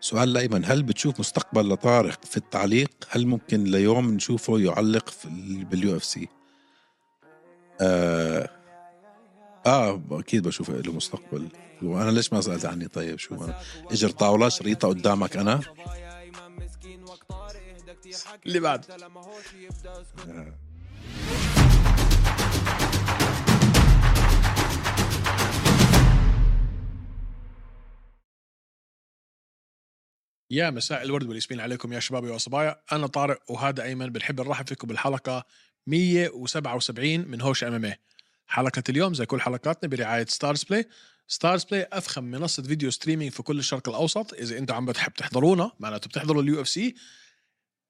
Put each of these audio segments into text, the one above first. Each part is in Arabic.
سؤال لأيمن هل بتشوف مستقبل لطارق في التعليق هل ممكن ليوم نشوفه يعلق في ال- باليو اف سي آه اه اكيد بشوف له مستقبل وانا ليش ما سالت عني طيب شو انا اجر طاوله شريطه قدامك انا اللي بعد يا مساء الورد والياسمين عليكم يا شباب ويا صبايا انا طارق وهذا ايمن بنحب نرحب فيكم بالحلقه 177 من هوش ام ام حلقه اليوم زي كل حلقاتنا برعايه ستارز بلاي ستارز بلاي افخم منصه فيديو ستريمينج في كل الشرق الاوسط اذا انتم عم بتحب تحضرونا معناته بتحضروا اليو اف سي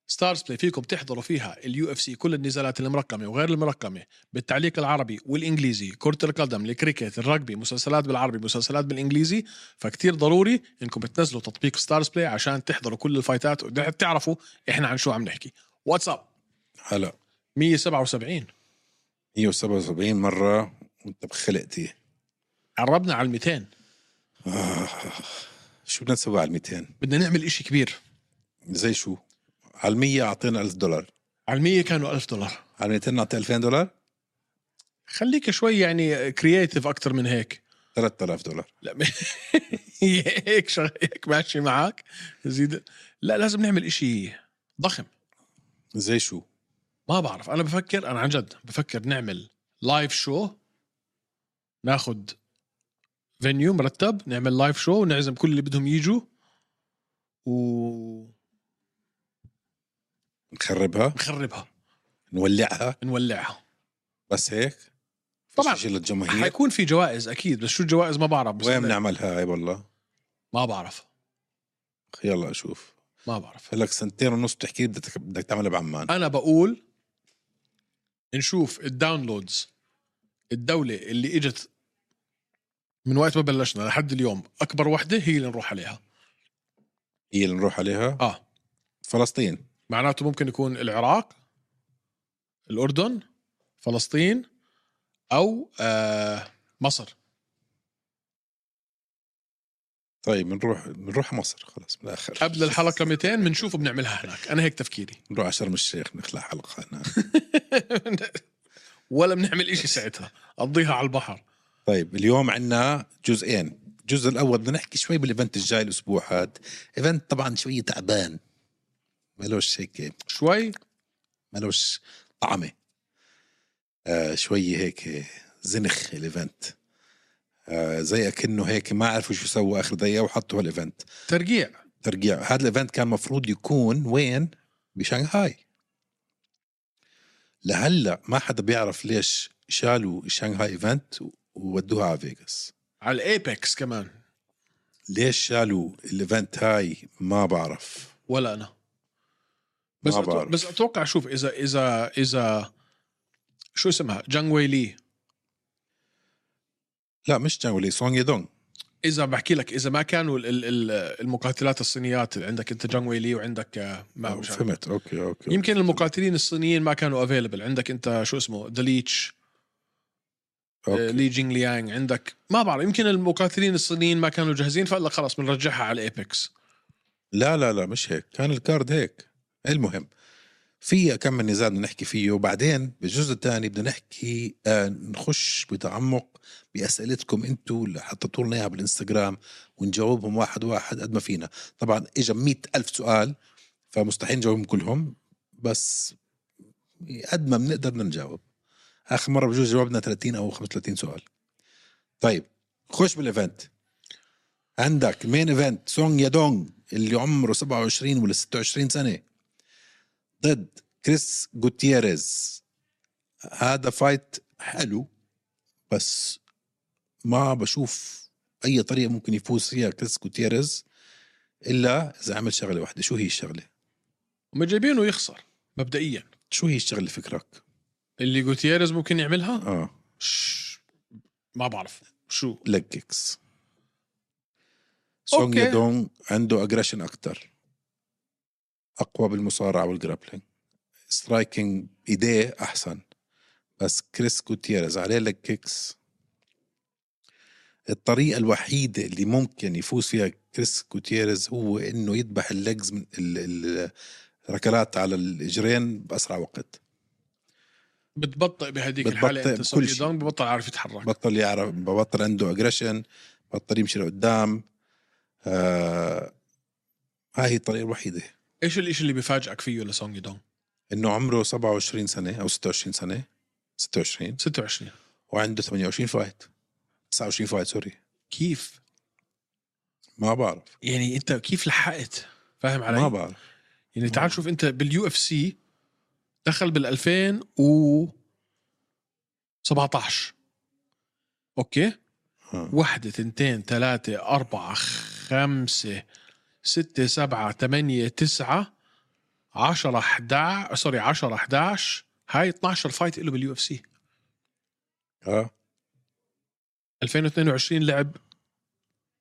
ستارز بلاي فيكم تحضروا فيها اليو اف سي كل النزالات المرقمه وغير المرقمه بالتعليق العربي والانجليزي كره القدم الكريكت الرugby مسلسلات بالعربي مسلسلات بالانجليزي فكتير ضروري انكم بتنزلوا تطبيق ستارز بلاي عشان تحضروا كل الفايتات وتعرفوا احنا عن شو عم نحكي واتساب هلا 177 177 مره وانت بخلقتي قربنا على ال 200 شو بدنا نسوي على 200 بدنا نعمل إشي كبير زي شو على 100 اعطينا 1000 دولار على ال 100 كانوا 1000 دولار على 200 نعطي 2000 دولار خليك شوي يعني كرييتيف اكثر من هيك 3000 دولار لا م- هيك شغ... هيك ماشي معك زيد لا لازم نعمل إشي ضخم زي شو ما بعرف انا بفكر انا عن جد بفكر نعمل لايف شو ناخد فينيو مرتب نعمل لايف شو ونعزم كل اللي بدهم يجوا ونخربها نخربها نولعها نولعها بس هيك طبعاً. شيء للجماهير حيكون في جوائز اكيد بس شو الجوائز ما بعرف بس وين بنعملها هاي والله ما بعرف يلا اشوف ما بعرف لك سنتين ونص بتحكي بدك بدك تعملها بعمان انا بقول نشوف الداونلودز الدوله اللي اجت من وقت ما بلشنا لحد اليوم اكبر وحده هي اللي نروح عليها هي اللي نروح عليها اه فلسطين معناته ممكن يكون العراق الأردن فلسطين أو آه مصر طيب بنروح بنروح مصر خلاص من الاخر قبل الحلقة 200 بنشوف بنعملها هناك أنا هيك تفكيري نروح على شرم الشيخ نخلع حلقه هناك ولا بنعمل إشي ساعتها قضيها على البحر طيب اليوم عندنا جزئين الجزء الاول بدنا نحكي شوي بالايفنت الجاي الاسبوع هاد ايفنت طبعا شوي تعبان ملوش هيك شوي ملوش طعمه آه شوي هيك زنخ الايفنت آه زي اكنه هيك ما عرفوا شو سووا اخر دقيقه وحطوا هالايفنت ترقيع ترقيع هذا الايفنت كان مفروض يكون وين بشنغهاي لهلا ما حدا بيعرف ليش شالوا شنغهاي ايفنت وودوها على فيغاس على الأيبكس كمان ليش شالوا الايفنت هاي ما بعرف ولا أنا بس ما أتو- بعرف. بس أتوقع شوف إذا إذا إذا شو اسمها جانغ وي لي لا مش جانغ ولي سونغ يدونغ اذا بحكي لك اذا ما كانوا ال- ال- ال- المقاتلات الصينيات عندك انت جانغ وي لي وعندك آه، ما مش عارف. فهمت اوكي اوكي يمكن المقاتلين الصينيين ما كانوا افيلبل عندك انت شو اسمه دليتش أوكي. لي جينغ ليانغ عندك ما بعرف يمكن المقاتلين الصينيين ما كانوا جاهزين فقال لك خلص بنرجعها على الايبكس لا لا لا مش هيك كان الكارد هيك المهم في كم من نزال بدنا نحكي فيه وبعدين بالجزء الثاني بدنا نحكي آه نخش بتعمق باسئلتكم انتم اللي حطيتوا لنا اياها بالانستغرام ونجاوبهم واحد واحد قد ما فينا طبعا اجى مئة ألف سؤال فمستحيل نجاوبهم كلهم بس قد ما بنقدر بدنا نجاوب اخر مره بجوز جاوبنا 30 او 35 سؤال طيب خش بالايفنت عندك مين ايفنت سونغ يادونغ اللي عمره 27 ولا 26 سنه ضد كريس جوتيريز هذا فايت حلو بس ما بشوف اي طريقه ممكن يفوز فيها كريس جوتيريز الا اذا عمل شغله واحده شو هي الشغله هم جايبينه يخسر مبدئيا شو هي الشغله فكرك اللي جوتيريز ممكن يعملها اه ش- ما بعرف شو ليج كيكس سونغ أوكي. يادونغ عنده اجريشن اكثر اقوى بالمصارعه والجرابلينج سترايكنج ايديه احسن بس كريس كوتيرز عليه ليج كيكس الطريقه الوحيده اللي ممكن يفوز فيها كريس كوتيريز هو انه يذبح اللجز من ال- الركلات على الاجرين باسرع وقت بتبطئ بهديك الحاله بتبطئ انت بكل سوي شيء. دونك ببطل عارف يتحرك بطل يعرف بطل عنده اجريشن بطل يمشي لقدام آه هاي هي الطريقه الوحيده ايش الشيء اللي بيفاجئك فيه لسونج يدونج انه عمره 27 سنه او 26 سنه 26 26 وعنده 28 فايت 29 فايت سوري كيف ما بعرف يعني انت كيف لحقت فاهم علي ما بعرف يعني تعال شوف انت باليو اف سي دخل بال 2000 و 17 اوكي آه. واحدة اثنتين ثلاثة أربعة خمسة ستة سبعة ثمانية تسعة عشرة 11 سوري عشرة 11 هاي 12 فايت له باليو اف سي اه 2022 لعب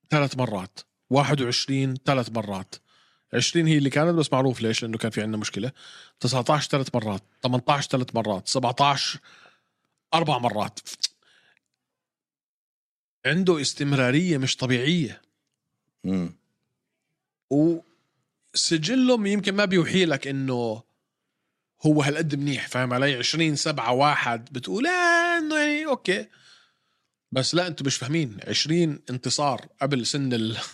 ثلاث مرات 21 ثلاث مرات 20 هي اللي كانت بس معروف ليش لانه كان في عندنا مشكله 19 ثلاث مرات 18 ثلاث مرات 17 اربع مرات عنده استمراريه مش طبيعيه امم وسجلهم يمكن ما بيوحي لك انه هو هالقد منيح فاهم علي 20 7 واحد بتقول آه انه يعني اوكي بس لا انتم مش فاهمين 20 انتصار قبل سن ال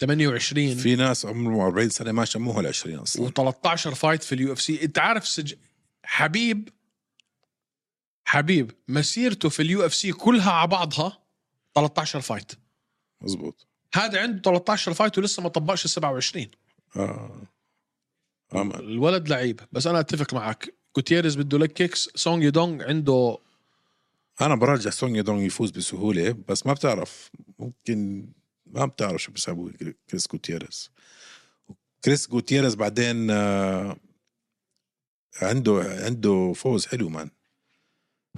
28 في ناس عمرهم 40 سنه ما شموها ال 20 اصلا و13 فايت في اليو اف سي انت عارف سج... حبيب حبيب مسيرته في اليو اف سي كلها على بعضها 13 فايت مزبوط هذا عنده 13 فايت ولسه ما طبقش ال 27 اه آه. الولد لعيب بس انا اتفق معك كوتيريز بده لك كيكس سونج يدونغ عنده انا براجع سونيا دونغ يفوز بسهوله بس ما بتعرف ممكن ما بتعرف شو بيساوي كريس جوتيريز كريس جوتيريز بعدين آه، عنده عنده فوز حلو مان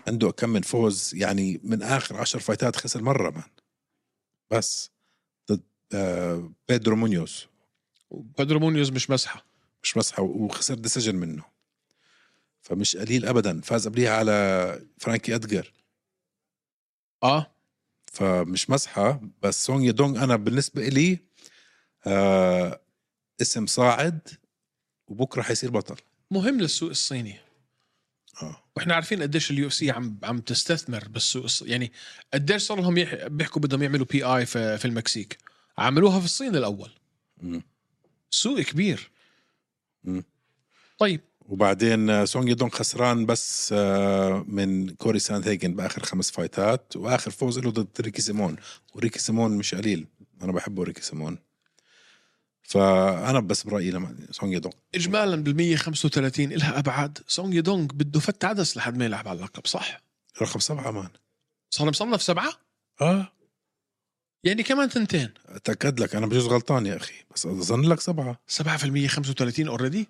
عنده كم من فوز يعني من اخر عشر فايتات خسر مره مان بس ضد آه، بيدرو مونيوس بيدرو مونيوز مش مسحه مش مسحه وخسر ديسيجن منه فمش قليل ابدا فاز قبليها على فرانكي ادجر اه فمش مسحه بس سونج يدونغ انا بالنسبه لي آه اسم صاعد وبكره حيصير بطل مهم للسوق الصيني اه واحنا عارفين قديش اليو اف سي عم عم تستثمر بالسوق الص- يعني قديش صار لهم يح... بيحكوا بدهم يعملوا بي اي في في المكسيك عملوها في الصين الاول مم. سوق كبير مم. طيب وبعدين آه، سونج يدونغ خسران بس آه من كوري ساند هيجن باخر خمس فايتات واخر فوز له ضد ريكي سيمون وريكي سيمون مش قليل انا بحبه ريكي سيمون فانا بس برايي لما سونج يدونغ اجمالا بال 135 لها ابعاد سونج يدونغ بده فت عدس لحد ما يلعب على اللقب صح رقم سبعه مان صار مصنف سبعه اه يعني كمان تنتين اتاكد لك انا بجوز غلطان يا اخي بس اظن لك سبعه 7% 35 اوريدي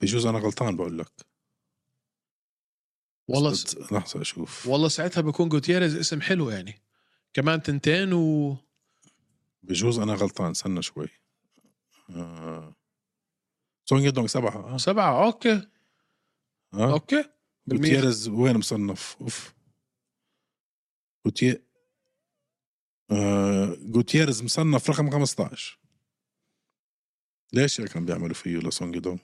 بجوز انا غلطان بقول لك والله س... بس لحظه اشوف والله ساعتها بكون جوتيريز اسم حلو يعني كمان تنتين و بجوز انا غلطان استنى شوي آه. سونج يدونغ سبعه آه. سبعة اوكي آه. اوكي بالمية غوتيرز وين مصنف اوف غوتير آه. غوتيرز مصنف رقم 15 ليش هيك عم بيعملوا فيه لسونج يدونغ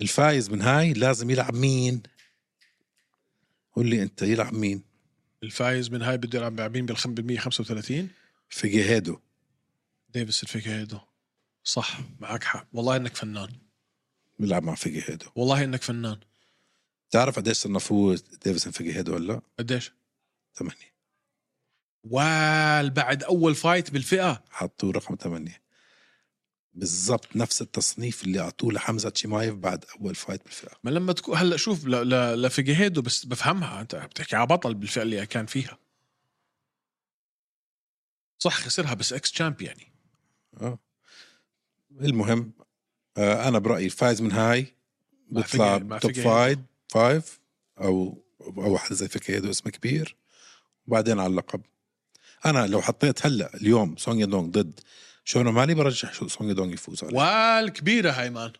الفايز من هاي لازم يلعب مين قول لي انت يلعب مين الفايز من هاي بده يلعب لاعبين بالخم بال 135 فيجيهادو ديفيس الفيكيدو صح معك حق والله انك فنان بيلعب مع فيجيهادو والله انك فنان تعرف قديش صنفوه ديفيسون فيجيهادو ولا لا؟ قديش ثمانية وال بعد اول فايت بالفئه حطوه رقم ثمانية بالضبط نفس التصنيف اللي اعطوه لحمزه تشيمايف بعد اول فايت بالفئه ما لما تكون هلا شوف ل... ل... لفيجيهيدو بس بفهمها انت بتحكي على بطل بالفئه اللي كان فيها صح خسرها بس اكس تشامب يعني اه المهم آه انا برايي الفايز من هاي مع بيطلع فيجي- مع توب فيجي هيدو. فايف فايف او او واحد زي فيكيدو اسمه كبير وبعدين على اللقب انا لو حطيت هلا اليوم سونيا دونغ ضد شون مالي برجح شو- سونيا دونغ يفوز عليه والكبيره هاي مان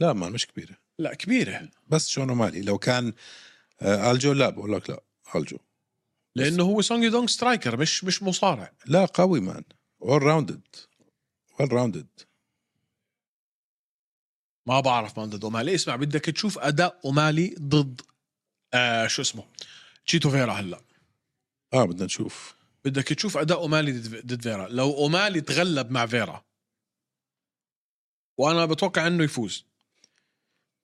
لا ما مش كبيره لا كبيره بس شون مالي لو كان آه، الجو لا بقول لك لا الجو لانه هو سونج يدونغ سترايكر مش مش مصارع لا قوي مان اول راوندد ويل راوندد ما بعرف مان ضد اومالي اسمع بدك تشوف اداء اومالي ضد آه شو اسمه تشيتو فيرا هلا اه بدنا نشوف بدك تشوف اداء اومالي ضد ضد فيرا لو اومالي تغلب مع فيرا وانا بتوقع انه يفوز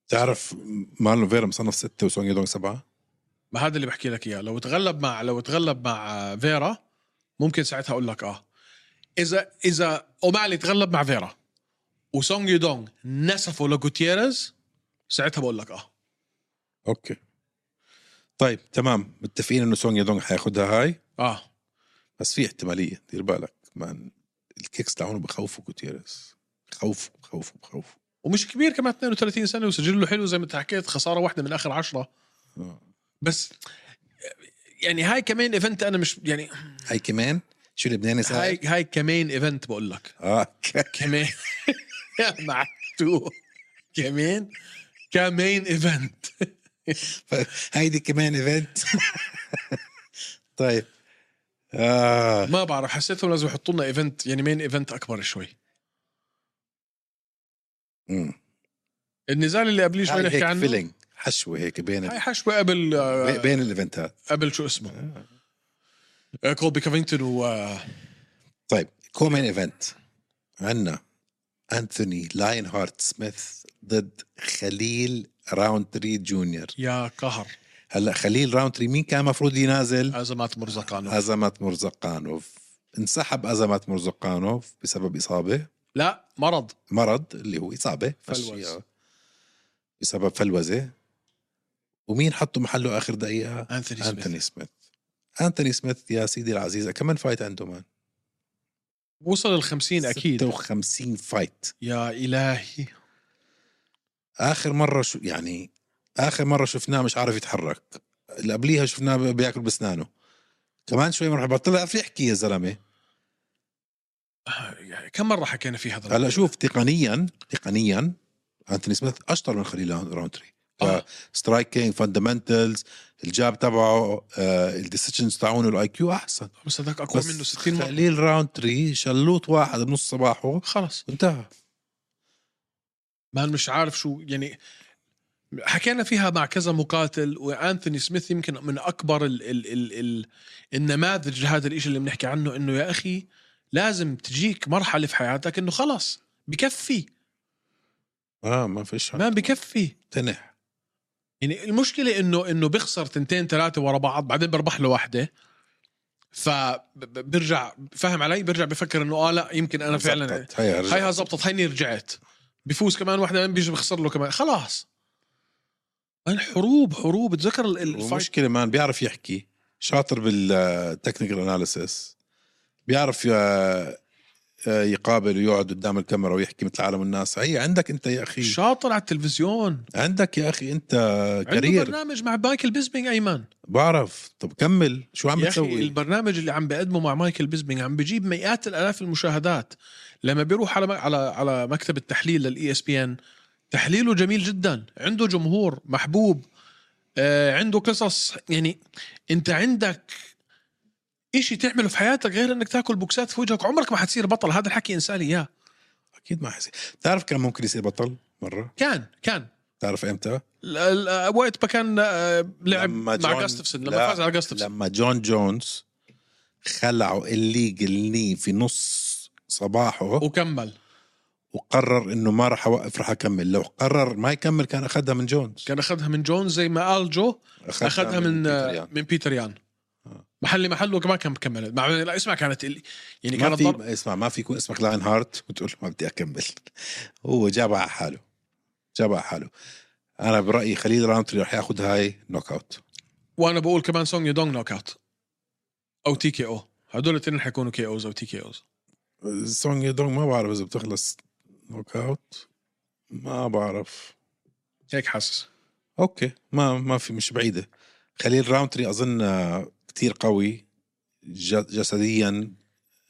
تعرف مارلون فيرا مصنف ستة وسونج يدونغ سبعة ما هذا اللي بحكي لك اياه لو تغلب مع لو تغلب مع آه، فيرا ممكن ساعتها اقول لك اه اذا اذا اومالي تغلب مع فيرا وسونج يدونغ نسفوا لجوتيريز ساعتها بقول لك اه اوكي طيب تمام متفقين انه سونج يدونغ حياخدها هاي اه بس في احتمالية دير بالك مان الكيكس تاعونه بخوفوا كوتيريز بخوفوا بخوفوا بخوفوا ومش كبير كمان 32 سنه وسجله حلو زي ما انت حكيت خساره واحده من اخر عشرة آه. بس يعني هاي كمان ايفنت انا مش يعني هاي كمان شو لبناني ساعد هاي هاي كمان ايفنت بقول لك اه ك- كمان يا معتو كمان كمان ايفنت هيدي كمان ايفنت طيب آه. ما بعرف حسيتهم لازم يحطوا لنا ايفنت يعني مين ايفنت اكبر شوي مم. النزال اللي قبليه شوي هاي نحكي هيك عنه فيلينج حشوه هيك بين ال- هاي حشوه قبل آه، بي- بين الايفنتات قبل شو اسمه آه، كولبي كافينتون و آه، طيب كومين ايفنت عندنا انثوني لاين هارت سميث ضد خليل راوند تري جونيور يا قهر هلا خليل راوند تري مين كان المفروض ينازل ازمات مرزقانو ازمات مرزقانوف انسحب ازمات مرزقانوف بسبب اصابه لا مرض مرض اللي هو اصابه فشي، فلوز. آه. بسبب فلوزه ومين حطوا محله اخر دقيقه انثوني سميث انثوني سميث انثوني سميث يا سيدي العزيز كمان فايت عنده مان وصل ال 50 اكيد 56 فايت يا الهي اخر مره شو يعني اخر مره شفناه مش عارف يتحرك اللي قبليها شفناه بي- بياكل بسنانه كمان شوي رح يبطل يعرف يحكي يا زلمه آه، يعني كم مره حكينا في هلا هذا الموضوع؟ شوف تقنيا تقنيا انتوني سميث اشطر من خليل راونتري آه. سترايكينج فاندمنتلز الجاب تبعه آه الديسيجنز تاعونه الاي كيو احسن بس هذاك اقوى منه 60 مره خليل راونتري شلوط واحد بنص صباحه خلص انتهى ما أنا مش عارف شو يعني حكينا فيها مع كذا مقاتل وانثوني سميث يمكن من اكبر ال ال ال ال النماذج لهذا الشيء اللي بنحكي عنه انه يا اخي لازم تجيك مرحله في حياتك انه خلص بكفي اه ما فيش ما بكفي تنح يعني المشكله انه انه بيخسر تنتين ثلاثه ورا بعض بعدين بربح له واحده فبرجع فاهم علي برجع بفكر انه اه لا يمكن انا فعلا زبطت. هيا رجع. هيها زبطت هيني رجعت بيفوز كمان واحدة بعدين بيجي بخسر له كمان خلاص الحروب حروب تذكر ال- ال- الفايت المشكلة مان بيعرف يحكي شاطر بالتكنيكال اناليسيس بيعرف ي- يقابل ويقعد قدام الكاميرا ويحكي مثل العالم والناس هي عندك انت يا اخي شاطر على التلفزيون عندك يا اخي انت عنده آه، كارير برنامج مع مايكل بيزبينج ايمن بعرف طب كمل شو عم يا اخي بتسوي البرنامج اللي عم بقدمه مع مايكل بيزبينج عم بجيب مئات الالاف المشاهدات لما بيروح على على على مكتب التحليل E للاي اس بي ان تحليله جميل جدا عنده جمهور محبوب آه، عنده قصص يعني انت عندك إشي تعمله في حياتك غير انك تاكل بوكسات في وجهك عمرك ما حتصير بطل هذا الحكي انسان لي اياه اكيد ما حسي تعرف كان ممكن يصير بطل مرة كان كان تعرف امتى ال- ال- وقت ما كان آه، لعب لما مع جون- جاستفسون لما لا، فاز على جاستفسون لما جون جونز خلعوا الليجل ني في نص صباحه وكمل وقرر انه ما راح اوقف راح اكمل لو قرر ما يكمل كان اخذها من جونز كان اخذها من جونز زي ما الجو اخذها من بيتر آه، يان. من بيتر يان آه. محلي محله كمان كان مكمل مع لا اسمع كانت ال- يعني ما كانت في ضرب اسمع ما في يكون اسمك لاين هارت وتقول ما بدي اكمل هو جابها على حاله جابها على حاله انا برايي خليل رامتري رح ياخذ هاي نوك اوت وانا بقول كمان سونج يدونغ نوك اوت او تي كي او هدول الاثنين حيكونوا كي اوز او تي كي اوز سونج يدونغ ما بعرف اذا بتخلص نوك اوت ما بعرف هيك حاسس اوكي ما ما في مش بعيده خليل راونتري اظن آه، كتير قوي ج- جسديا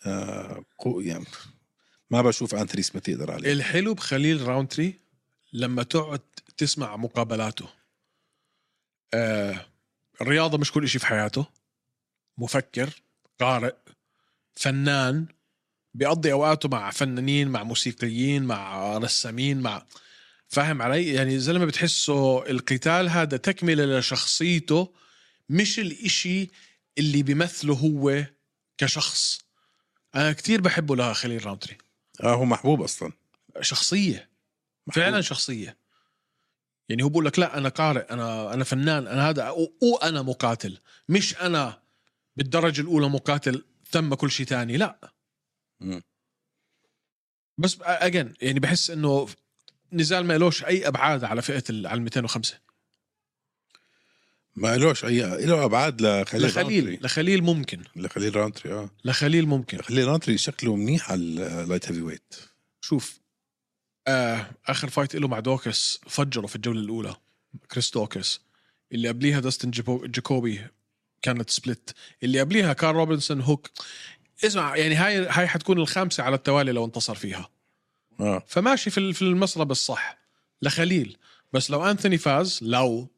آه، قو يعني ما بشوف انثري سميث يقدر عليه الحلو بخليل راونتري لما تقعد تسمع مقابلاته آه الرياضة مش كل شيء في حياته مفكر قارئ فنان بيقضي اوقاته مع فنانين مع موسيقيين مع رسامين مع فاهم علي يعني الزلمه بتحسه القتال هذا تكمله لشخصيته مش الإشي اللي بيمثله هو كشخص انا كتير بحبه لها خليل رامتري اه هو محبوب اصلا شخصيه محبوب. فعلا شخصيه يعني هو بقول لك لا انا قارئ انا انا فنان انا هذا و- وانا مقاتل مش انا بالدرجه الاولى مقاتل ثم كل شيء تاني لا مم. بس اجن يعني بحس انه نزال ما لوش اي ابعاد على فئه ال- على ال 205 ما لوش اي له ابعاد لخليل لخليل رانتري. لخليل ممكن لخليل رانتري اه لخليل ممكن خليل رانتري شكله منيح على اللايت هيفي ويت شوف آه اخر فايت له مع دوكس فجره في الجوله الاولى كريس دوكس اللي قبليها داستن جيبو- جاكوبي كانت سبلت اللي قبليها كان روبنسون هوك اسمع يعني هاي هاي حتكون الخامسه على التوالي لو انتصر فيها اه فماشي في ال- في المسرب الصح لخليل بس لو انثوني فاز لو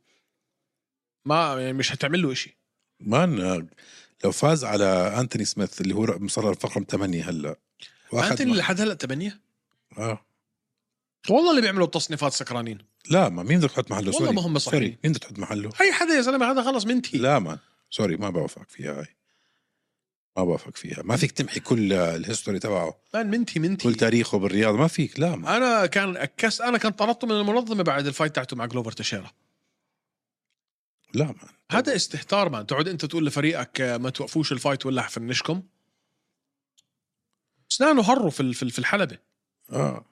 ما يعني مش هتعمل له شيء مان آه، لو فاز على انتوني سميث اللي هو رقم- صار رقم 8 هلا واخد انثوني ما- لحد هلا تبنيه اه والله اللي بيعملوا تصنيفات سكرانين لا ما مين بدك تحط محله والله سوري. ما هم سوري صحيحين. مين بدك تحط محله اي حدا يا زلمه هذا خلص منتهي لا مان سوري ما بوافقك فيها هاي ما بوافق فيها ما فيك تمحي كل آه، الهيستوري تبعه لا منتهي منتهي كل تاريخه بالرياض ما فيك لا ما. انا كان اكس انا كان طردته من المنظمه بعد الفايت تاعته مع جلوفر تشيرا لا مان هذا استهتار مان تقعد انت تقول لفريقك آه، ما توقفوش الفايت ولا حفنشكم اسنانه هروا في ال- في ال- في الحلبه اه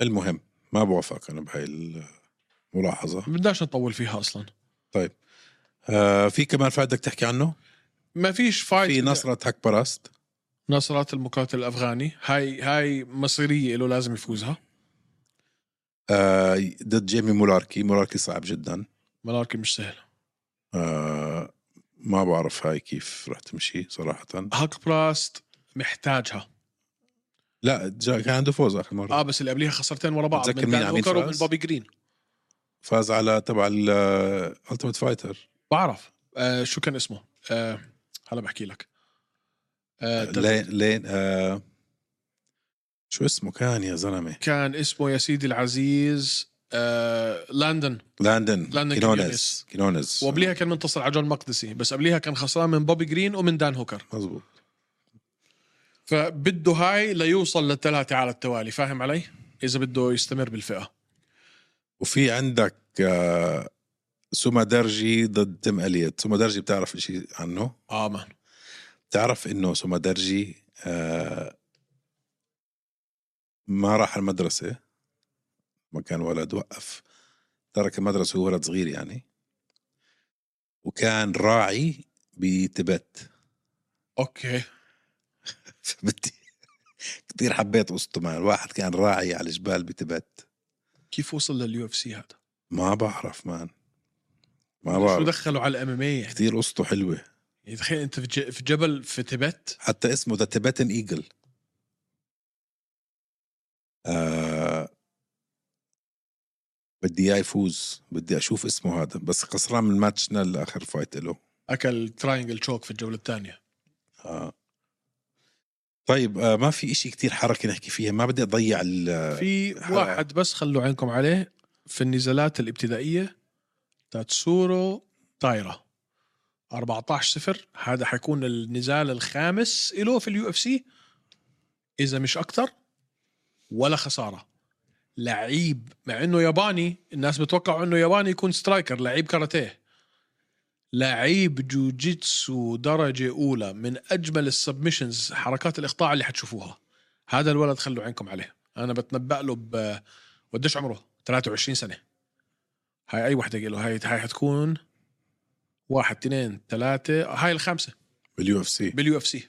المهم ما بوافقك انا بهاي الملاحظه ما بدناش نطول فيها اصلا آه في كمان فايت بدك تحكي عنه ما فيش فايت في نصرة هك براست نصرات المقاتل الافغاني هاي هاي مصيريه له لازم يفوزها آه ضد جيمي مولاركي مولاركي صعب جدا ملاركي مش سهل آه ما بعرف هاي كيف رح تمشي صراحة هاك براست محتاجها لا جا كان عنده فوز آخر مرة اه بس اللي قبليها خسرتين ورا بعض بتذكر من مين دان عميد هوكر ومن فاز؟ بوبي جرين فاز على تبع الالتيميت فايتر بعرف آه شو كان اسمه آه هلا بحكي لك آه لين لين آه شو اسمه كان يا زلمة كان اسمه يا سيدي العزيز آه لاندن لاندن لاندن كينونز كينونيز. كينونز وقبليها كان منتصر على جون مقدسي بس قبليها كان خسران من بوبي جرين ومن دان هوكر مزبوط فبده هاي ليوصل للثلاثة على التوالي فاهم علي؟ إذا بده يستمر بالفئة وفي عندك آه سوما درجي ضد تيم اليت سوما درجي بتعرف شيء عنه اه مان بتعرف انه سوما درجي آه ما راح المدرسة ما كان ولد وقف ترك المدرسة وهو ولد صغير يعني وكان راعي بتبت اوكي فبدي كثير حبيت قصته مع الواحد كان راعي على الجبال بتبت كيف وصل لليو اف سي هذا؟ ما بعرف مان ما شو بعرف دخله على الام ام اي يعني؟ كثير قصته حلوة يعني تخيل انت في ج- في جبل في تبت حتى اسمه ذا تبتن ايجل آه بدي اياه يفوز بدي اشوف اسمه هذا بس خسران من ماتشنا الاخر فايت له اكل تراينجل تشوك في الجوله الثانيه آه. طيب آه ما في إشي كتير حركه نحكي فيها ما بدي اضيع ال- في حلقة. واحد بس خلوا عينكم عليه في النزالات الابتدائيه تاتسورو تايرا 14 0 هذا حيكون النزال الخامس له في اليو اف سي اذا مش اكثر ولا خساره لعيب مع انه ياباني الناس بتوقعوا انه ياباني يكون سترايكر لعيب كاراتيه لعيب جوجيتسو درجة أولى من أجمل السبمشنز حركات الإقطاع اللي حتشوفوها هذا الولد خلوا عينكم عليه أنا بتنبأ له ب قديش عمره 23 سنة هاي أي وحدة له هاي هاي حتكون واحد اثنين ثلاثة هاي الخامسة باليو اف سي باليو اف سي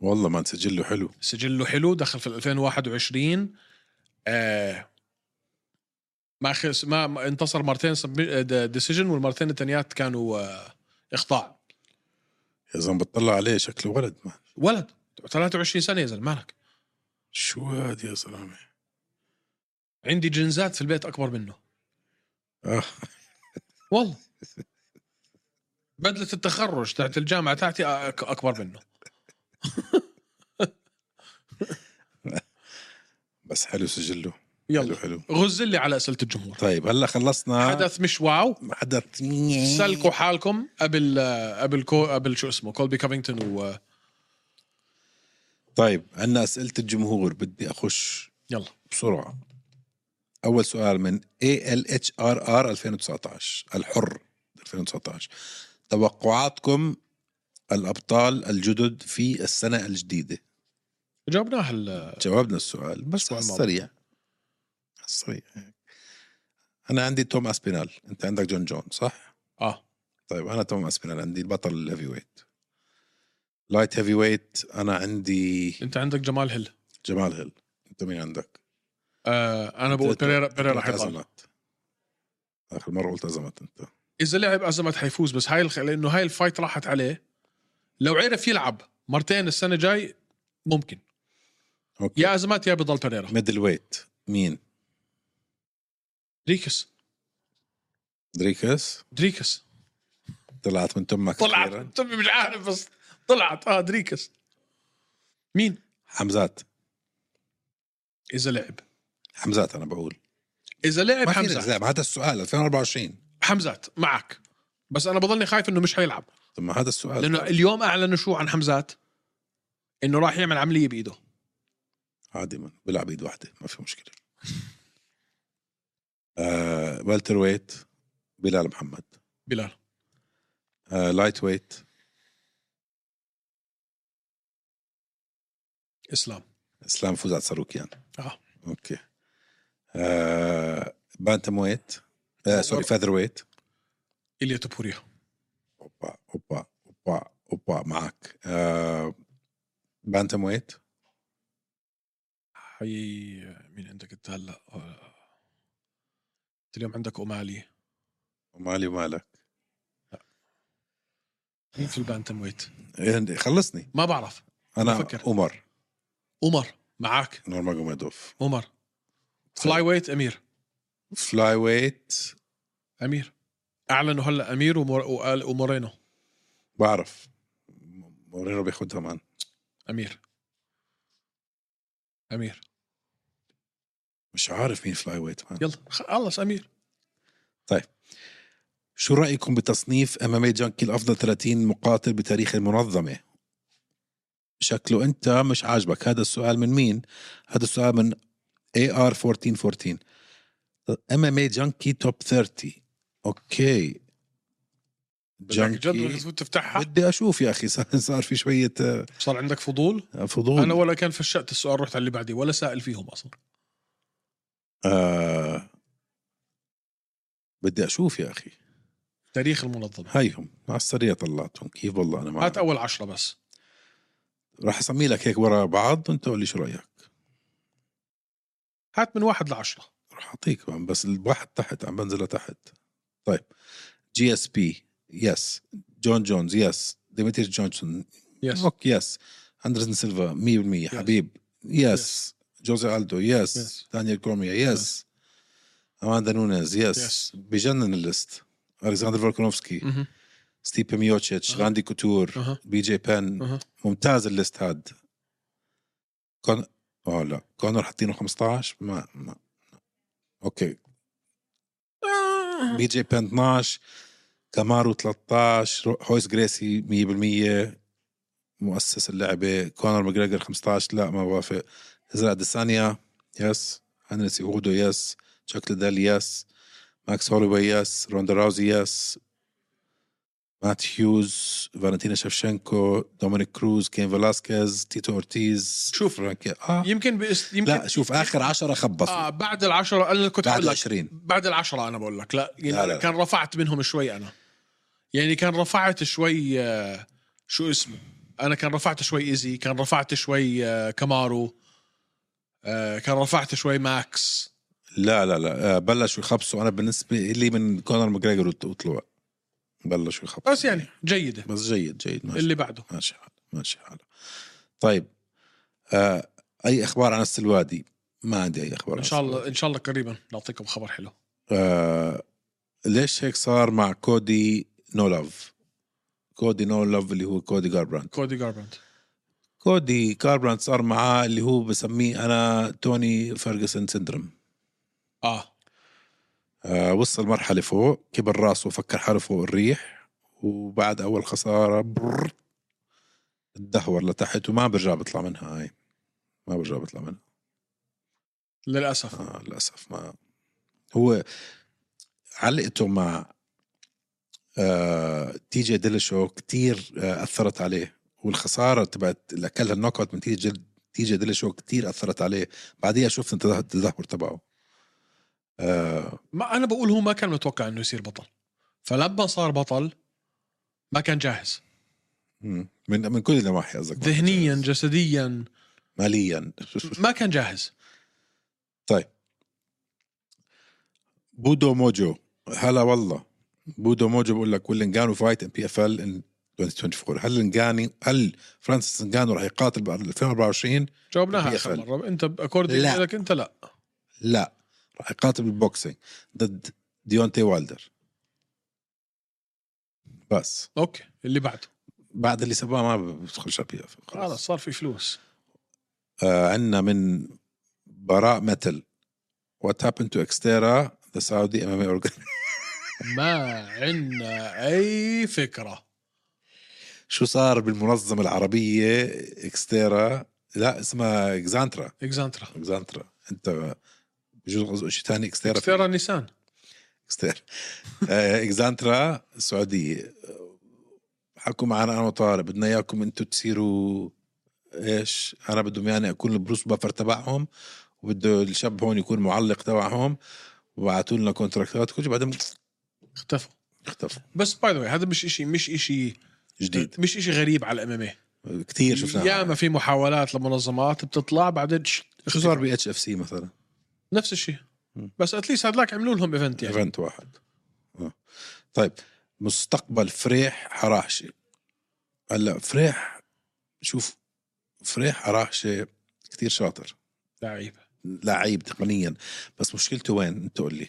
والله ما تسجله حلو سجله حلو دخل في ال 2021 آه ما خس ما ما- انتصر مرتين ديسيجن والمرتين الثانيات كانوا آه اخطاء يا زلمه بتطلع عليه شكله ولد ما ولد 23 سنه يا زلمه مالك شو هاد يا زلمه عندي جنزات في البيت اكبر منه آه. والله بدله التخرج تاعت الجامعه تاعتي أك- اكبر منه بس حلو سجله حلو يلا حلو غز لي على اسئله الجمهور طيب هلا خلصنا حدث مش واو حدث إيه. سلكوا حالكم قبل قبل كو قبل شو اسمه كولبي كافينغتون و طيب عندنا اسئله الجمهور بدي اخش يلا بسرعه اول سؤال من ALHRR 2019 الحر 2019 توقعاتكم الابطال الجدد في السنه الجديده جاوبناها هلا جاوبنا السؤال بس الأسبوع على الماضي. السريع على السريع انا عندي توم اسبينال انت عندك جون جون صح اه طيب انا توم اسبينال عندي البطل الهيفي ويت لايت هيفي ويت انا عندي انت عندك جمال هيل جمال هيل انت مين عندك آه انا بقول أنت- بيريرا بيريرا قلت حيطلع أزمت. اخر مره قلت ازمت انت اذا لعب ازمت حيفوز بس هاي الخ... لانه هاي الفايت راحت عليه لو عرف يلعب مرتين السنه جاي ممكن اوكي يا ازمت يا بضل بيريرا ميدل ويت مين دريكس دريكس دريكس طلعت من تمك أخيراً. طلعت طب مش عارف بس طلعت اه دريكس مين حمزات اذا لعب حمزات انا بقول اذا لعب ما في إيه، حمزات نزاع ما هذا السؤال 2024 حمزات معك بس انا بضلني خايف انه مش حيلعب طب ما هذا السؤال لانه اليوم اعلنوا شو عن حمزات انه راح يعمل عمليه بايده عادي من بلعب ايد واحده ما في مشكله آه والتر ويت بلال محمد بلال آه لايت ويت اسلام اسلام فوزات ساروكيان اه اوكي آه بانتم ويت آه سوري فاذر ويت اليا توبوريا اوبا اوبا اوبا اوبا معك آه بانتم ويت حي مين عندك انت هلا آه. أنت اليوم عندك اومالي ومالي ومالك مين في البانتم ويت يعني خلصني ما بعرف انا بفكر. عمر عمر معك نورما جوميدوف عمر فلاي ويت امير فلاي ويت امير اعلنوا هلا امير ومور... وقال ومورينو بعرف مورينو بياخدها مان امير امير مش عارف مين فلاي ويت مان يلا خلص امير شو رايكم بتصنيف ام ام جانكي الافضل 30 مقاتل بتاريخ المنظمه شكله انت مش عاجبك هذا السؤال من مين هذا السؤال من اي ار 1414 ام ام جانكي توب 30 اوكي بدك جد جانكي بدك تفوت تفتحها بدي اشوف يا اخي صار صار في شويه آه، صار عندك فضول فضول انا ولا كان فشأت السؤال رحت على اللي بعديه ولا سائل فيهم اصلا آه بدي اشوف يا اخي تاريخ المنظمه هيهم على السريع طلعتهم كيف والله انا معك هات اول عشرة بس راح اسمي لك هيك ورا بعض وانت قول لي شو رايك هات من واحد لعشرة راح اعطيك عم بس الواحد تحت عم بنزل لتحت طيب جي اس بي يس جون جونز يس ديمتري جونسون يس اوك يس اندرسن سيلفا 100% حبيب يس Yes. جوزي الدو يس Yes. دانيال كورميا يس اماندا نونيز يس Yes. Mm. بجنن الليست الكسندر فولكنوفسكي مهم. ستيبي ميوتشيتش أها. راندي كوتور أها. بي جي بان أها. ممتاز الليست هاد كون اه لا كونر حاطينه 15 ما ما اوكي آه، بي جي بان 12 كامارو 13 رو- هويس جريسي 100% مؤسس اللعبه كونر ماجريجر 15 لا ما بوافق ازرع ديسانيا يس هنري سيهودو يس تشاك ليدل يس ماكس هولوي يس روندا راوزي يس مات هيوز فالنتينا شفشنكو دومينيك كروز كين فلاسكيز تيتو اورتيز شوف. فرانكي اه يمكن بس يمكن لا شوف اخر 10 خبص اه بعد العشرة انا كنت بعد اقول لك 20 بعد العشرة انا بقول لك لا, يعني لا، لا. كان رفعت منهم شوي انا يعني كان رفعت شوي آه، شو اسمه انا كان رفعت شوي ايزي كان رفعت شوي آه، كامارو آه، كان رفعت شوي ماكس لا لا لا آه، بلشوا يخبصوا انا بالنسبه لي من كونر ماجريجر وط- وطلوع بلشوا يخبصوا بس يعني جيدة بس جيد جيد ماشي اللي بعده ماشي حاله ماشي حاله طيب آه اي اخبار عن السلوادي ما عندي اي اخبار ان عن شاء الله ان شاء الله قريبا نعطيكم خبر حلو السلوادي. آه ليش هيك صار مع كودي نولاف كودي نو لوف اللي هو كودي جاربراند كودي جاربراند كودي جاربراند صار معاه اللي هو بسميه انا توني فيرجسون سندروم اه آه، وصل مرحلة فوق كبر راسه وفكر حاله فوق الريح وبعد أول خسارة برر تدهور لتحت وما برجع بطلع منها هاي ما برجع بطلع منها للاسف آه للأسف ما هو علقته مع آه تي جي ديلشو كتير آه أثرت عليه والخسارة تبعت اللي أكلها النوك أوت من تي جي تي جي ديلشو كتير أثرت عليه بعديها شفت التده- التدهور تبعه آه ما انا بقول هو ما كان متوقع انه يصير بطل فلما صار بطل ما كان جاهز مم. من من كل النواحي قصدك ذهنيا جسديا ماليا ما كان جاهز بودو موجو هلا والله بودو موجو بقول لك والانجانو فايت ان بي اف ال ان 2024 هل انجاني هل فرانسيس انجانو رح يقاتل ب 2024 جاوبناها بي اخر إف إل. مره انت اكوردي لا. لك انت لا لا رح يقاتل بالبوكسينج ضد ديونتي والدر بس اوكي اللي بعده بعد اللي سباه ما بدخلش على بي اف خلاص صار في فلوس آه عندنا من براء متل وات هابن تو اكستيرا ذا سعودي ام ام اي ما عندنا اي فكره شو صار بالمنظمة العربية اكستيرا لا اسمها اكزانترا اكزانترا اكزانترا انت بجوز شيء ثاني اكستيرا اكسترا نيسان اكستيرا آه، اكزانترا السعودية حكوا معنا انا وطارق بدنا اياكم انتم تصيروا ايش انا بدهم يعني اكون البروس بافر تبعهم وبده الشاب هون يكون معلق تبعهم وبعثوا لنا كونتراكتات كل شي، بعدين اختفوا اختفوا بس باي ذا هذا مش إشي مش إشي جديد مش إشي غريب على إيه. الام ام كثير شفناه ياما في محاولات لمنظمات بتطلع بعدين شت، شو صار بي اتش اف سي مثلا نفس الشيء مم. بس اتليست هذلاك عملوا لهم ايفنت يعني ايفنت واحد آه. طيب مستقبل فريح حراحشي هلا فريح شوف فريح حراحشي كتير شاطر لعيب لعيب تقنيا بس مشكلته وين انت قول لي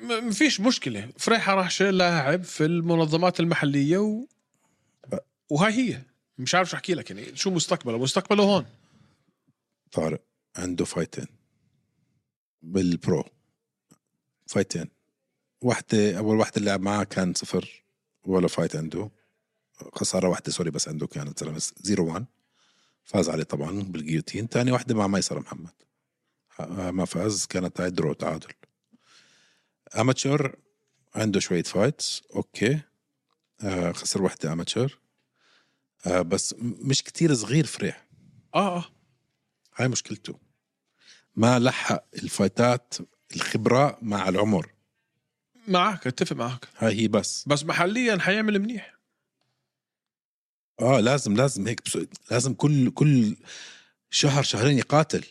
ما فيش مشكله فريحه راح شيء لاعب في المنظمات المحليه و... وهاي هي مش عارف شو احكي لك يعني شو مستقبله مستقبله هون طارق عنده فايتين بالبرو فايتين واحدة أول واحدة اللي لعب معاه كان صفر ولا فايت عنده خسارة واحدة سوري بس عنده كانت زلمة 0 1 فاز عليه طبعا بالجيوتين تاني واحدة مع ميسرة محمد آه، ما فاز كانت هاي درو تعادل أماتشر عنده شوية فايتس أوكي آه خسر واحدة أماتشر آه بس م- مش كتير صغير فريح اه اه هاي مشكلته ما لحق الفتاة الخبرة مع العمر معك اتفق معك هاي هي بس بس محليا حيعمل منيح اه لازم لازم هيك بس... لازم كل كل شهر شهرين يقاتل